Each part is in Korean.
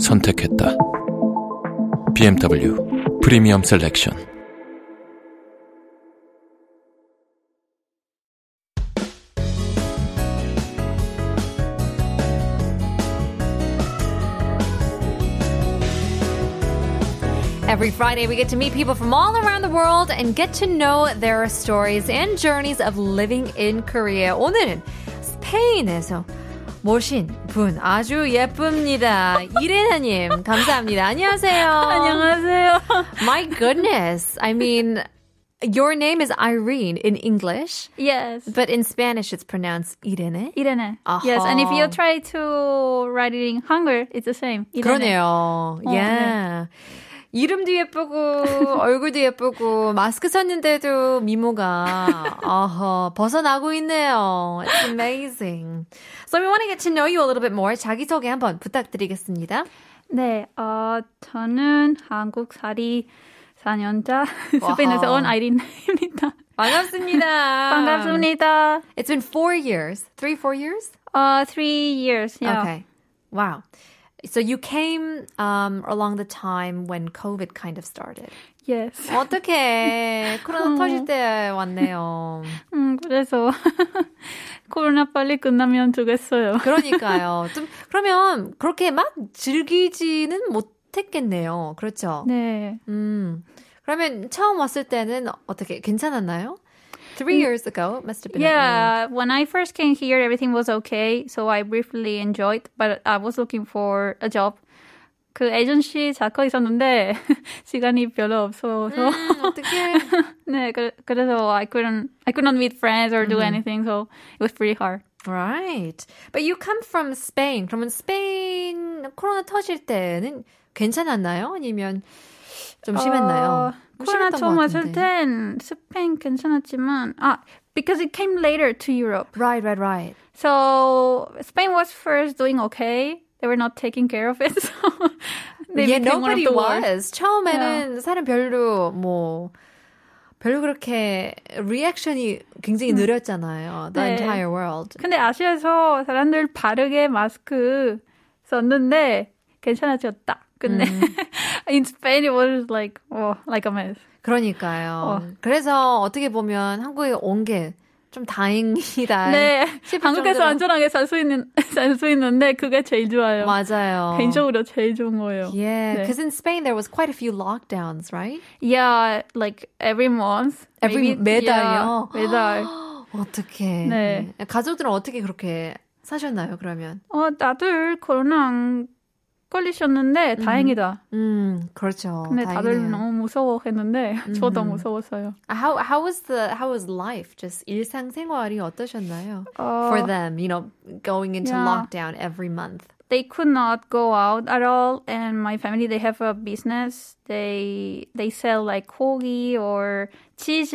선택했다. BMW 프리미엄 셀렉션. Every Friday, we get to meet people from all around the world and get to know their stories and journeys of living in Korea. 오늘은 스페인에서 모신 분 아주 예쁩니다. 이레나님, 감사합니다. 안녕하세요. 안녕하세요. My goodness. I mean, your name is Irene in English, Yes. but in Spanish it's pronounced Irene. Irene. Aha. Yes, and if you try to write it in Hangul, it's the same. Irene. 그러네요. 어, yeah. 이름도 예쁘고 얼굴도 예쁘고 마스크 썼는데도 미모가 어허 벗어나고 있네요. It's amazing. So we want to get to know you a little bit more. 자기 소개 한번 부탁드리겠습니다. 네, 어, 저는 한국 살이 4년차 스페인에서 온 아이린입니다. 반갑습니다. 반갑습니다. It's been four years, three, four years. 어, three years. Yeah. Okay. Wow. So you came um, along the time when COVID kind of started. Yes. 어떻게 코로나 터질 때 왔네요. 음, 그래서 코로나 빨리 끝나면 좋겠어요. 그러니까요. 좀 그러면 그렇게 막 즐기지는 못했겠네요. 그렇죠. 네. 음. 그러면 처음 왔을 때는 어떻게 괜찮았나요? Three years ago, must have been. 음. Yeah, when I first came here, everything was okay, so I briefly enjoyed, but I was looking for a job. 그 에이전시 잡고 있었는데 시간이 별로 없어서 음, 어떻게? 네 그, 그래서 I couldn't I could not meet friends or do anything, so it was pretty hard. Right. But you come from Spain. 그러면 스페인 코로나 터질 때는 괜찮았나요? 아니면 좀 심했나요? 어, 좀 코로나 심했던 처음 것 왔을 같은데. 땐 스페인 괜찮았지만 아 because it came later to Europe, Right, right, right. so Spain was first doing okay. They were not taking care of it, so they yeah, became one nobody of the worst. was. 처음에는 사람 별로 뭐 별로 그렇게 리액션이 굉장히 느렸잖아요. The 음. 네. entire world. 근데 아시아에서 사람들 바르게 마스크 썼는데 괜찮아졌다. 근데 음. in Spain it was like oh, like a mess. 그러니까요. 어. 그래서 어떻게 보면 한국에 온 게 좀 다행이다. 네, 싶을 한국에서 아, 정도로- 안전하게 살 수 있는 살 수 있는데 그게 제일 좋아요. 맞아요. 개인적으로 제일 좋은 거예요. Yeah, 네. because in Spain there was quite a few lockdowns, right? Yeah, like every month, 예. Every 매달요? yeah, 매달. 어떻게? 네. 가족들은 어떻게 그렇게 사셨나요? 그러면? 어, 다들 코로나 안 걸리셨는데 다행이다. 음, 그렇죠. 근데 다들 다행이네요. 너무 무서워했는데 저도 음. 무서웠어요. How how was the how was life? Just 일상생활이 어떠셨나요? 어, For them, you know, going into Yeah. lockdown every month. they could not go out at all and my family they have a business they they sell like kogi or cheese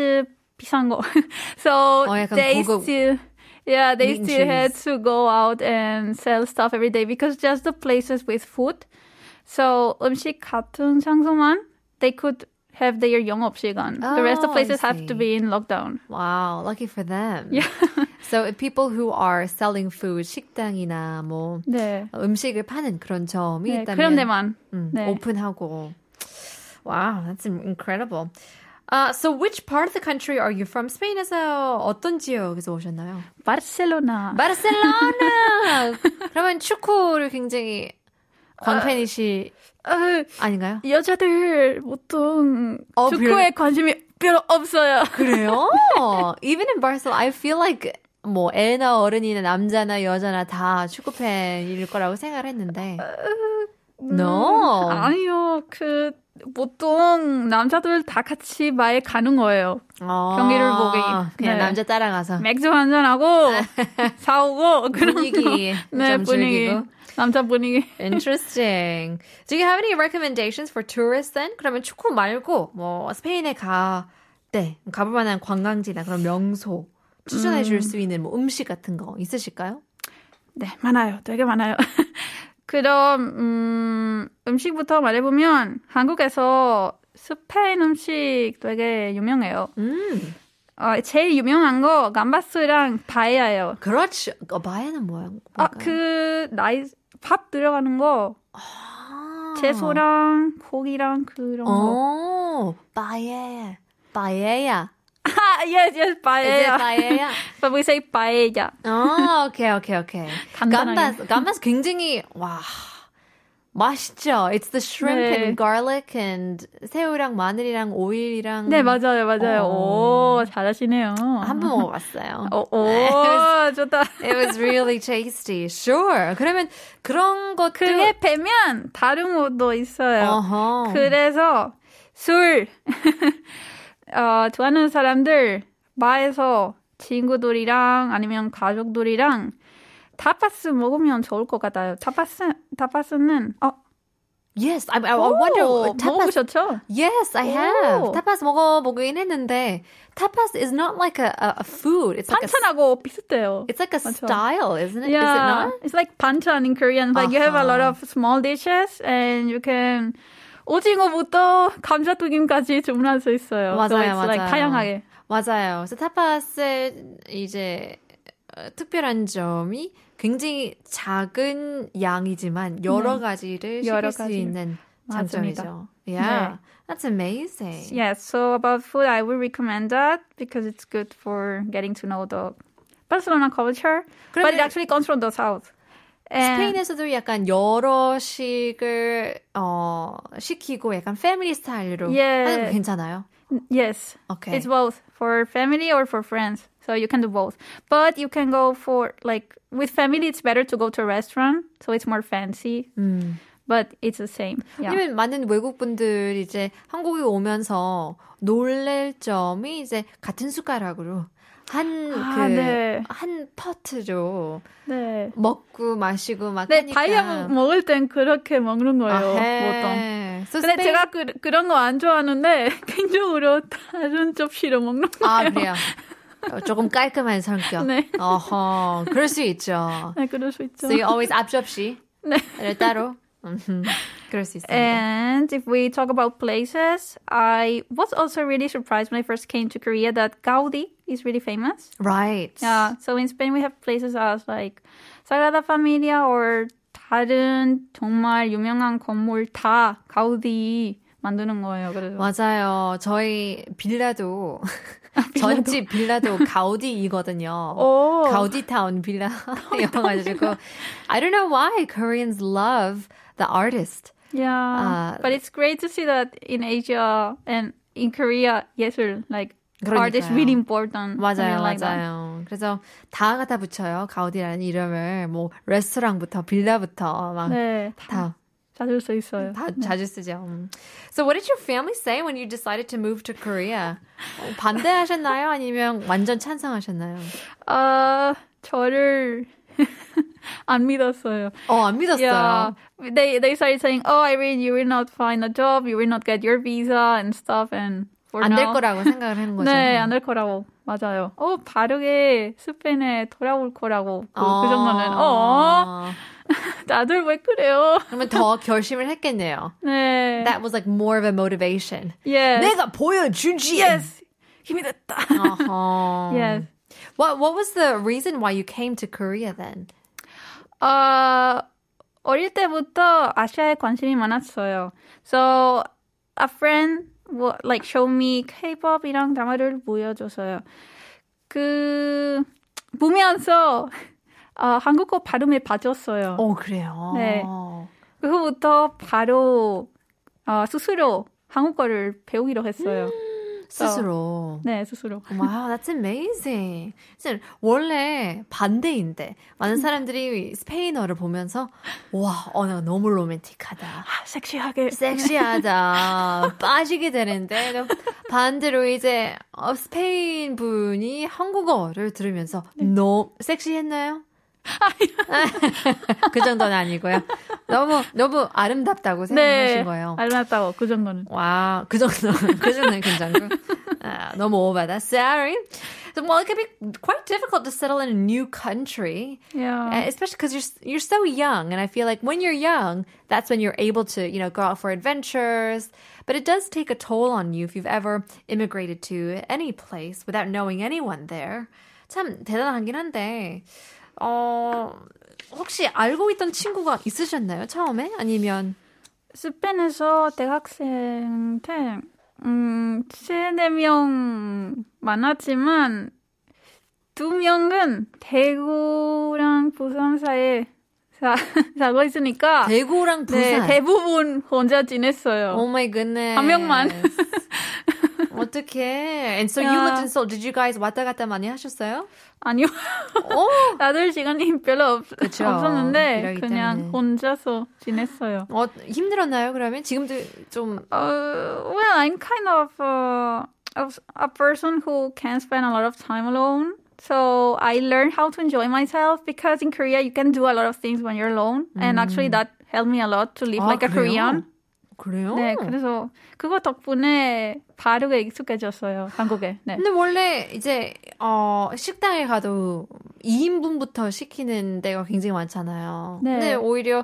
비싼 거 so 어, 약간 they 고급 still yeah meat they and still had cheese. to go out and sell stuff every day because just the places with food so 음식 같은 장소만 they could have their 영업 시간 the rest Oh, of I places have see. to be in lockdown Wow, lucky for them. Yeah. so people who are selling food, 식당이나 뭐 네, 음식을 파는 그런 점이 네 있다면 그런 데만 음, 네. 오픈하고. Wow, that's incredible. Uh, so which part of the country are you from? 스페인에서 어떤 지역에서 오셨나요? 바르셀로나 바르셀로나. 그러면 축구를 굉장히 광팬이시 어, 아닌가요? 여자들 보통 어, 축구에 관심이 별로 없어요. 그래요? Even in Barcelona, I feel like 뭐 애나 어른이나 남자나 여자나 다 축구 팬일 거라고 생각을 했는데. No. 아니요, 음, 그 보통 남자들 다 같이 마에 가는 거예요. 아, 어, 경기를 보기. 그냥 네. 남자 따라가서 맥주 한잔하고 사오고 그런 아. 분위기 거. 네, 좀 분위기. 즐기고. 남자 분위기. Interesting. Do you have any recommendations for tourists then? 그러면 축구 말고 뭐 스페인에 가 네, 가볼 만한 관광지나 그런 명소 추천해 줄 수 있는 뭐 음식 같은 거 있으실까요? 네, 많아요. 되게 많아요. 그럼 음, 음식부터 말해보면 한국에서 스페인 음식 되게 유명해요. 음, 어, 제일 유명한 거 감바스랑 바에야예요. 그렇죠. 어, 바에는 뭐야? 아, 그 나이 밥 들어가는 거 아. 채소랑 고기랑 그런 거. 어, 바에, 바에야. 아, yes, yes, 이제 바에야. 바에야. But we say 바에야. 아, 오케이, 오케이, 오케이. 간단하게. 감바스, 감바스 굉장히 와 맛있죠. It's the shrimp 네. and garlic and 새우랑 마늘이랑 오일이랑. 네, 맞아요, 맞아요. 어. 오, 잘하시네요. 한 번그 먹어봤어요. 오, 오, 좋다. It was really tasty. Sure. 그러면 그런 것도 그게 배면 다른 옷도 있어요. 어허. 그래서 술 어, 좋아하는 사람들 바에서 친구들이랑 아니면 가족들이랑 타파스 먹으면 좋을 것 같아요. 타파스 타파스는 어, Yes, I, I, I 오, wonder. Tapas. 먹어보셨죠? Yes, I have. 오. 타파스 먹어보긴 했는데 타파스 is not like a, a, a food. It's like a 반찬하고 비슷해요. It's like a 맞죠. style, isn't it? Is it Yeah, not? it's like banchan in Korean. Like you have a lot 아하. of small dishes, and you can 오징어부터 감자튀김까지 주문할 수 있어요. so 맞아요, it's like 맞아요. 다양하게. 맞아요. 그래서 타파스의 이제 어, 특별한 점이 굉장히 작은 양이지만 여러 네. 가지를 여러 시킬 수 가지를. 있는 맞습니다. 네. 장점이죠. Yeah, that's amazing. Yeah, so about food, I would recommend that because it's good for getting to know the Barcelona culture, but it 그러면 actually comes from the south. And 스페인에서도 약간 여러 식을 어, 시키고 약간 패밀리 스타일로 예. 하는 거 괜찮아요? yes, 오케이. It's both for family or for friends. So you can do both. But you can go for like with family it's better to go to a restaurant, so it's more fancy. 음. But it's the same. Yeah. 왜냐면 많은 외국 분들이 이제 한국에 오면서 놀랄 점이 이제 같은 숟가락으로 한 아, 그, 네. 한 퍼트로 네. 먹고 마시고 막 네, 하니까. 바이아 먹을 땐 그렇게 먹는 거예요, 보통. 아헤. So 근데 스페인- 제가 그, 그런 거 안 좋아하는데 개인적으로 다른 접시로 먹는 거. 아 그래요. 어, 조금 깔끔한 성격. 네. 어허, 그럴 수 있죠. 네, 그럴 수 있죠. So you always 앞접시. 네. 예. 따로. 음흠. 그럴 수 있습니다. And if we talk about places, I was also really surprised when I first came to Korea that Gaudi is really famous. Right. Yeah, so in Spain we have places as like Sagrada Familia or 다른 정말 유명한 건물 다 가우디 만드는 거예요. 그래서 맞아요. 저희 아, 빌라도 전집 빌라도 가우디이거든요. 오. 가우디 타운 빌라여가지고 I don't know why Koreans love the artist. yeah, 아. but it's great to see that in Asia and in Korea 예술 like art is 그러니까요. really important. 맞아요, something like that. 맞아요. 그래서 다 갖다 붙여요. 가우디라는 이름을 뭐 레스토랑부터 빌라부터 네, 막 다 다 찾을 수 있어요. 자주 쓰죠. 음. So what did your family say when you decided to move to Korea? 어, 반대하셨나요? 아니면 완전 찬성하셨나요? 아 저를 안 믿었어요. 어, 안 믿었어요. Yeah, they they started saying, "Oh, Irene, you will not find a job, you will not get your visa and stuff." And for 안 될 now- 거라고 생각을 한 거죠. 네, 안 될 거라고 맞아요. 어, 바르게 스페인에 돌아올 거라고 그, 그 정도는 어, 다들 왜 그래요? 그러면 더 결심을 했겠네요. 네, That was like more of a motivation. yes, 내가 보여주지. yes, 힘이 됐다. 어허. yes. What What was the reason why you came to Korea then? 어, 어릴 때부터 아시아에 관심이 많았어요. So a friend wa- like show me K-pop이랑 드라마를 보여줘서요. 그 보면서 어, 한국어 발음에 빠졌어요. 어 그래요. 네. 음. 그후부터 바로 어, 스스로 한국어를 배우기로 했어요. 스스로. 네, 스스로. Wow, that's amazing. 사실 원래 반대인데 많은 사람들이 스페인어를 보면서 와, 어, 나 너무 로맨틱하다. 아, 섹시하게. 섹시하다. 빠지게 되는데 그럼 반대로 이제 어, 스페인 분이 한국어를 들으면서 너무 섹시했나요? 그 정도는 아니고요. 너무 너무 아름답다고 생각하신 네. 거예요. 알맞다고, 그 정도는. 와, 그 정도, 그 정도는 괜찮고. 아, 너무 오바다. Sorry. So, well, it can be quite difficult to settle in a new country, uh, Yeah. especially because you're s- you're so young. And I feel like when you're young, that's when you're able to, you know, go out for adventures. But it does take a toll on you if you've ever immigrated to any place without knowing anyone there. 참 대단하긴 한데, 어, 혹시 알고 있던 친구가 있으셨나요? 처음에? 아니면 스페인에서 대학생 때, 음, 세네 명 많았지만, 두 명은 대구랑 부산 사이에 사, 살고 있으니까, 대구랑 부산? 네, 대부분 혼자 지냈어요. Oh my goodness. 한 명만. 어떡해. And so you 야. lived in Seoul. Did you guys 왔다 갔다 많이 하셨어요? 아니요. 오! 나들 시간이 별로 없, 그쵸. 없었는데 이러기 그냥 때문에. 혼자서 지냈어요. 어, 힘들었나요, 그러면? 지금도 좀, Uh, well, I'm kind of uh, of a person who can spend a lot of time alone. So I learned how to enjoy myself because in Korea you can do a lot of things when you're alone, and actually that helped me a lot to live 아, like a Mm. Ah, 그래요? Korean. 그래요? 네, 그래서 그거 덕분에 발음에 익숙해졌어요 한국에. 네. 근데 원래 이제, 어, 식당에 가도 2인분부터 시키는 데가 굉장히 많잖아요. 네. 근데 오히려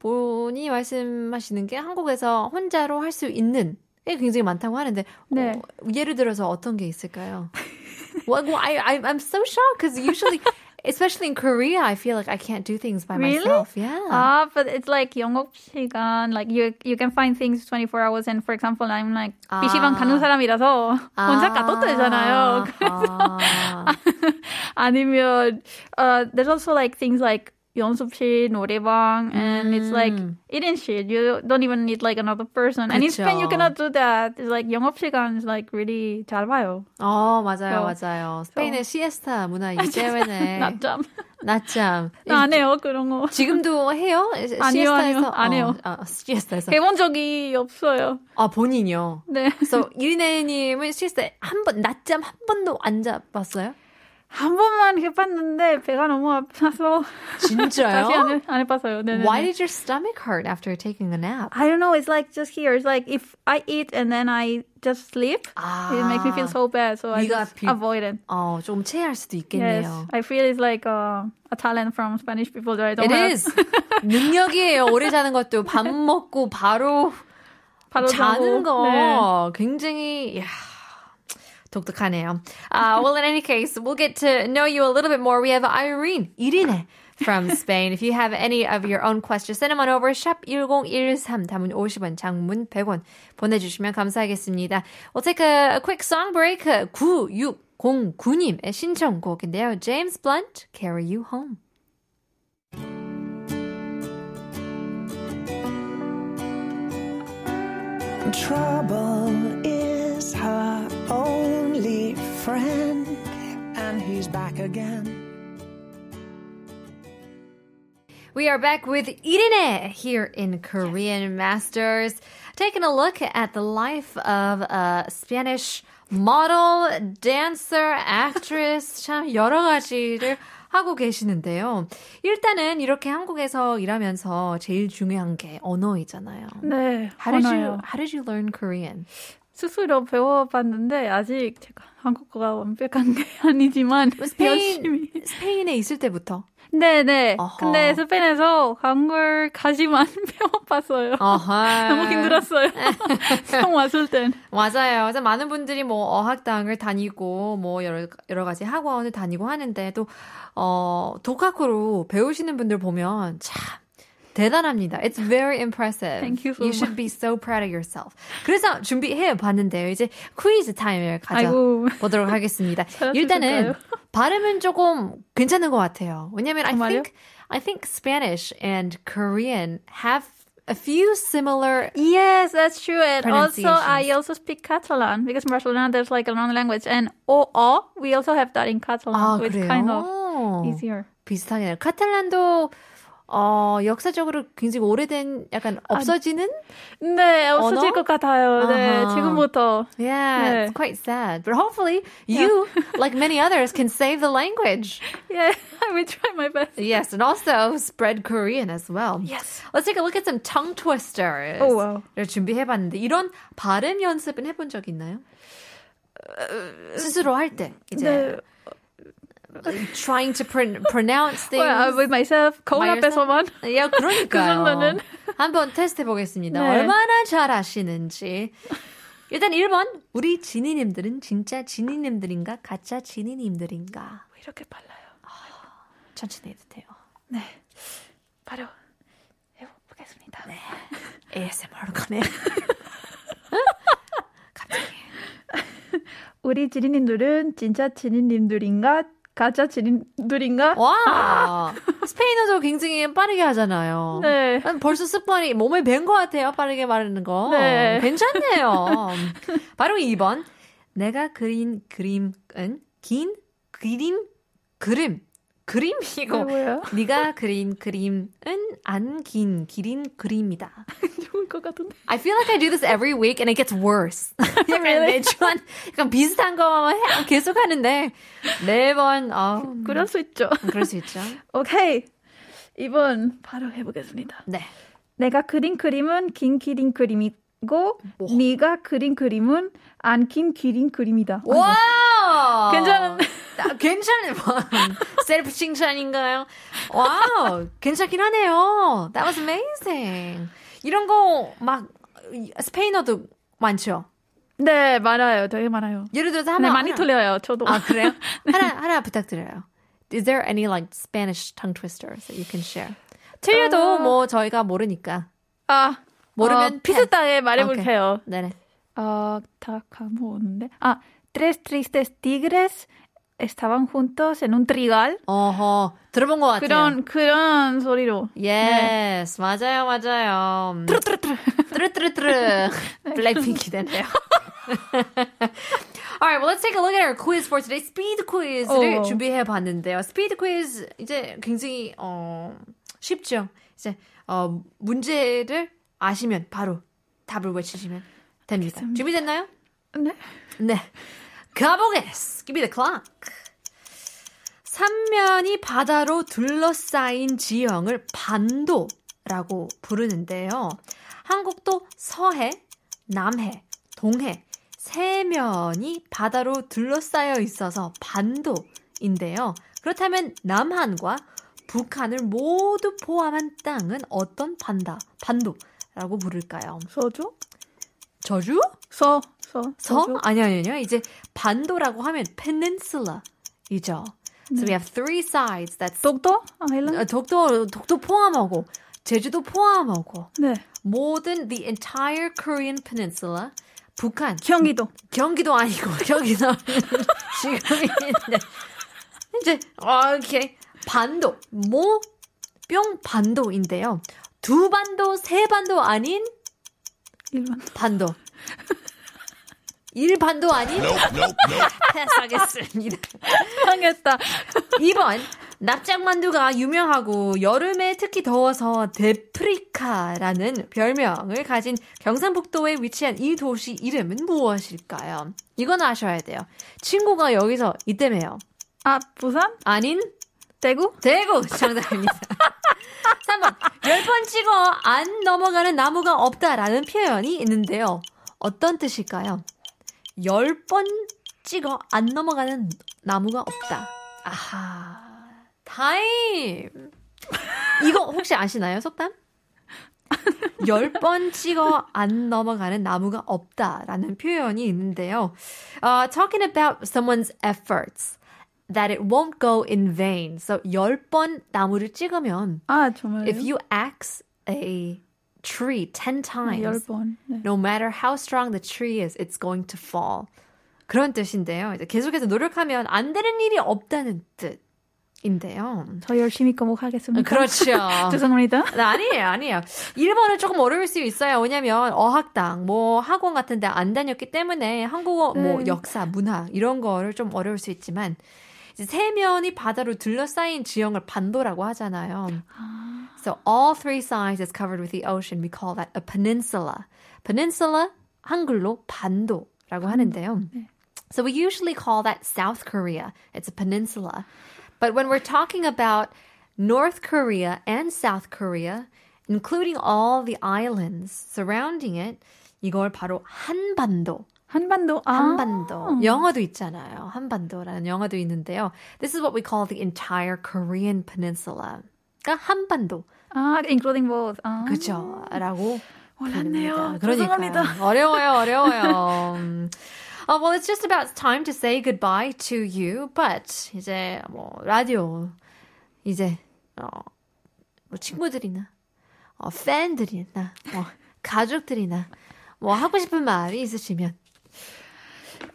본인이 말씀하시는 게 한국에서 혼자로 할 수 있는 게 굉장히 많다고 하는데, 네. 어, 예를 들어서 어떤 게 있을까요? well, well, I, I, I'm so shocked because usually, especially in Korea, I feel like I can't do things by Really? myself. Yeah. Ah, but it's like 영업 시간, like you you can find things 24 hours. And for example, I'm like 아. PC방 가는 사람이라서 아, 혼자 가도 되잖아요. 아. 아니면 uh, there's also like things like 연습실, 노래방, and it's like 일인실. You don't even need like another person. And in 그쵸. Spain, you cannot do that. It's like 영업 시간 is like really 짧아요. 어, 맞아요, 어. 아, 맞아요. 스페인의 시에스타 문화이기 때문에 낮잠. 낮잠. 안 해요 그런 거. 지금도 해요? 아니요, 아니요. 시에스타에서 안 해요. 어, 아, 시에스타에서. 해본 적이 없어요. 아 본인요. 네. 그래서 유리네님은 시에스타 한번 낮잠 한 번도 안 잡았어요? 한 번만 해봤는데 배가 너무 아파서 다시 안, 진짜요? 해, 안 해봤어요. 네네. Why did your stomach hurt after taking a nap? I don't know. It's like just here. It's like if I eat and then I just sleep, 아, it makes me feel so bad. So 네가 I just 비- avoid it. 어, 조금 체할 수도 Yes, 있겠네요. I feel it's like uh, a talent from Spanish people that I It don't have. is 능력이에요. 오래 자는 것도 밥 먹고 바로 바로 자는 자고. 거 굉장히 야, 독특하네요. Uh, well, in any case, we'll get to know you a little bit more. We have Irene, Irene from Spain. If you have any of your own questions, send them on over. Shop 1013, 담은 50원, 장문 100원 보내주시면 감사하겠습니다. We'll take a, a quick song break. 9609님의 신청곡인데요. James Blunt, Carry You Home. Trouble is her only friend, and he's back again. We are back with Irene here in Korean Masters, taking a look at the life of a Spanish model, dancer, actress, 참 여러 가지를 하고 계시는데요. 일단은 이렇게 한국에서 일하면서 제일 중요한 게 언어이잖아요. 네, How did 화나요. you How did you learn Korean? 스스로 배워봤는데 아직 제가 한국어가 완벽한 게 아니지만 스페인 열심히. 스페인에 있을 때부터. 네네. 어허. 근데 스페인에서 한국까지만 배워봤어요. 어허. 너무 힘들었어요. 처음 왔을 땐. 맞아요. 그래서 많은 분들이 뭐 어학당을 다니고 뭐 여러 여러 가지 학원을 다니고 하는데 또어 독학으로 배우시는 분들 보면 참 대단합니다. It's very impressive. Thank you so You should be so proud of yourself. 그래서 준비해 봤는데요. 이제 퀴즈 타임을 가져 아이고. 보도록 하겠습니다. 잘하실 일단은 텐가요? 발음은 조금 괜찮은 것 같아요. 왜냐면 I 정말요? think I think Spanish and Korean have a few similar. Yes, that's true. And also, I Pronunciations. also speak Catalan because in Barcelona there's like a long language, and o o we also have that in Catalan, 아, which 그래요? kind of easier. 비슷하긴 해요. 카탈란도 어, 역사적으로 굉장히 오래된 약간 아, 없어지는? 네, 없어질 언어? 것 같아요. 네, 아하. 지금부터. yeah, 네. it's quite sad. But hopefully you, like many others, can save the language. Yeah, 예, I will try my best. Yes, and also spread Korean as well. Yes. Let's take a look at some tongue twisters. Oh, wow. 를 준비해봤는데 이런 발음 연습은 해본 적 있나요? 어, 스스로 할 때 이제 네. trying to pron- pronounce things. Well, uh, with myself, 거울 By 앞에서만. 야, 예, 그러니까요. 정도는. 한번 테스트 해보겠습니다. 네. 얼마나 잘 아시는지. 일단 1번 우리 지니님들은 진짜 지니님들인가 가짜 지니님들인가 이렇게 빨라요. 천천히 해도 돼요. 바로 해보겠습니다. ASMR로 가네. 우리 지니님들은 진짜 지니님들인가? 가짜 지니들인가? 와 스페인어도 굉장히 빠르게 하잖아요. 네. 난 벌써 습관이 몸에 밴 것 같아요. 빠르게 말하는 거. 네. 괜찮네요. 바로 2번. 내가 그린 그림은 긴 그림 그림 이거 그림이고 뭐야? 네가 그린 그림은 안 긴 기린 그림이다. 좋을 것 같은데. I feel like I do this every week and it gets worse. 약간 매주한 약간 비슷한 거만 해- 계속 하는데 매번 아 그럴 수 있죠. 그럴 수 있죠. 어, 네. 오케이. 이번 바로 해보겠습니다. 네. 내가 그린 그림은 긴 기린 그림이고 네가 그린 그림은 안 긴 기린 그림이다. 와! 괜찮은- 아, 괜찮은 셀프 칭찬인가요? 와우, 괜찮긴 하네요. That was amazing. 이런 거 막 스페인어도 많죠. 네, 많아요. 되게 많아요. 예를 들어서 하나 네, 많이 하나- 틀려요. 저도. 아 그래요? 하나 하나 부탁드려요. Is there any like Spanish tongue twisters that you can share? 틀려도 어. 뭐 저희가 모르니까 아, 모르면 어, 비슷하게 말해볼게요. 말해볼게요. 네네. 아, 다 까먹었는데. 아, tres tristes tigres estaban juntos en un trigal. 어허 들어본 것 같아요. 그런 그런 소리로. Yes, 맞아요, 맞아요. 트르트르. 뚜루뚜루뚜루. 블랙핑키 됐네요. Alright, well, let's take a look at our quiz for today. 스피드 quiz를 어. 준비해 봤는데요. 스피드 quiz 이제 굉장히 어 쉽죠. 이제 어 문제를 아시면 바로 답을 외치시면 됩니다. 준비됐나요? 네. 네. 가보겠습니다. Give me the clock. 삼면이 바다로 둘러싸인 지형을 반도라고 부르는데요. 한국도 서해, 남해, 동해 세 면이 바다로 둘러싸여 있어서 반도인데요. 그렇다면 남한과 북한을 모두 포함한 땅은 어떤 반다, 반도라고 부를까요? 서죠? 저주? 서, 서. 서? 서죠? 아니요, 아니요. 이제 반도라고 하면 peninsula이죠. So we have three sides. That's 독도? 아일랜드? 어, 독도 독도 포함하고 제주도 포함하고 네. 모든 the entire Korean peninsula 북한 경기도. 경기도 아니고 경기도 지금 있는데 이제 어, 오케이 반도 모뿅 반도인데요. 두 반도 세 반도 아닌 일본. 반도. 일반도 아닌? 패스하겠습니다. 망했다. 2번. 납작만두가 유명하고 여름에 특히 더워서 데프리카라는 별명을 가진 경상북도에 위치한 이 도시 이름은 무엇일까요? 이건 아셔야 돼요. 친구가 여기서 이때매요. 아, 부산? 아닌 대구? 대구 정답입니다. 3번 열 번 찍어 안 넘어가는 나무가 없다라는 표현이 있는데요. 어떤 뜻일까요? 열 번 찍어 안 넘어가는 나무가 없다. 아하 타임 이거 혹시 아시나요 속담? 열 번 찍어 안 넘어가는 나무가 없다라는 표현이 있는데요. 아, talking about someone's efforts. that it won't go in vain. So 10번 나무를 찍으면 아, 정말요? if you axe a tree 10 times 열 번. 네. no matter how strong the tree is it's going to fall. 그런 뜻인데요. 이제 계속해서 노력하면 안 되는 일이 없다는 뜻. 인데요. 더 열심히 뭐 공부하겠습니다. 그렇죠. 죄송합니다. 아니에요, 아니에요. 일본은 조금 어려울 수 있어요. 왜냐면 어학당, 뭐 학원 같은 데 안 다녔기 때문에 한국어, 뭐 네. 역사, 문화 이런 거를 좀 어려울 수 있지만 이제 세면이 바다로 둘러싸인 지형을 반도라고 하잖아요. So all three sides is covered with the ocean. We call that a peninsula. Peninsula 한글로 반도라고 네. 하는데요. So we usually call that South Korea. It's a peninsula. But when we're talking about North Korea and South Korea, including all the islands surrounding it, 이걸 바로 한반도. 한반도. 아, 한반도. 영어도 있잖아요. 한반도라는 영어도 있는데요. This is what we call the entire Korean peninsula. 그러니까 한반도. 아, including both. 아. 그죠? 라고 몰랐네요. 그러니까 어, 죄송합니다. 어려워요, 어려워요. 음. 어, well, it's just about time to say goodbye to you. But 이제 뭐 라디오 이제 어, 뭐 친구들이나 어, 팬들이나 뭐 가족들이나 뭐 하고 싶은 말이 있으시면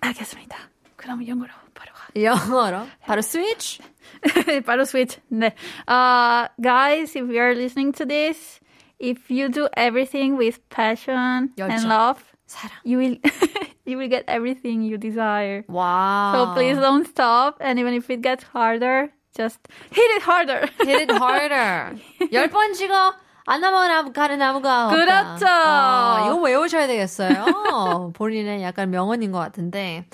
알겠습니다. 그럼 영어로 바로 가. 영어로 바로 스위치. 바로 스위치. 네. Uh, guys, if you are listening to this, if you do everything with passion and 열정. love, 사랑. you will you will get everything you desire. 와. So please don't stop. And even if it gets harder, just hit it harder. hit it harder. 열 번 찍어. 안 나면 아무 가는 나무가 없다. 그렇죠. 아, 이거 외우셔야 되겠어요. 본인의 약간 명언인 것 같은데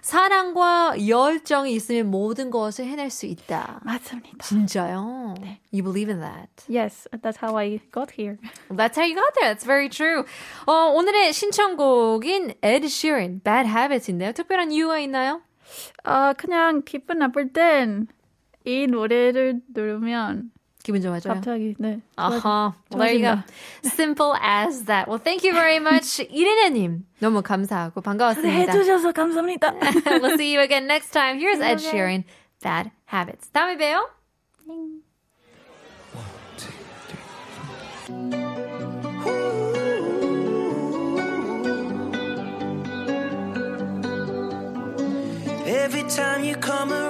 사랑과 열정이 있으면 모든 것을 해낼 수 있다. 맞습니다. 진짜요? You believe in that. Yes, that's how I got here. That's how you got there. That's very true. 어, 오늘의 신청곡인 Ed Sheeran, Bad Habits인데요. 특별한 이유가 있나요? 아, 그냥 기분 나쁠 땐 이 노래를 누르면 기분 좋아져요. 갑자기 네. 아하, well, there you go. Simple as that. Well, thank you very much, 이레나님. 너무 감사하고 반가웠습니다. 해주셔서 감사합니다. we'll see you again next time. Here's Ed Sheeran, Bad Habits. 다음에 봬요. Every time you come around.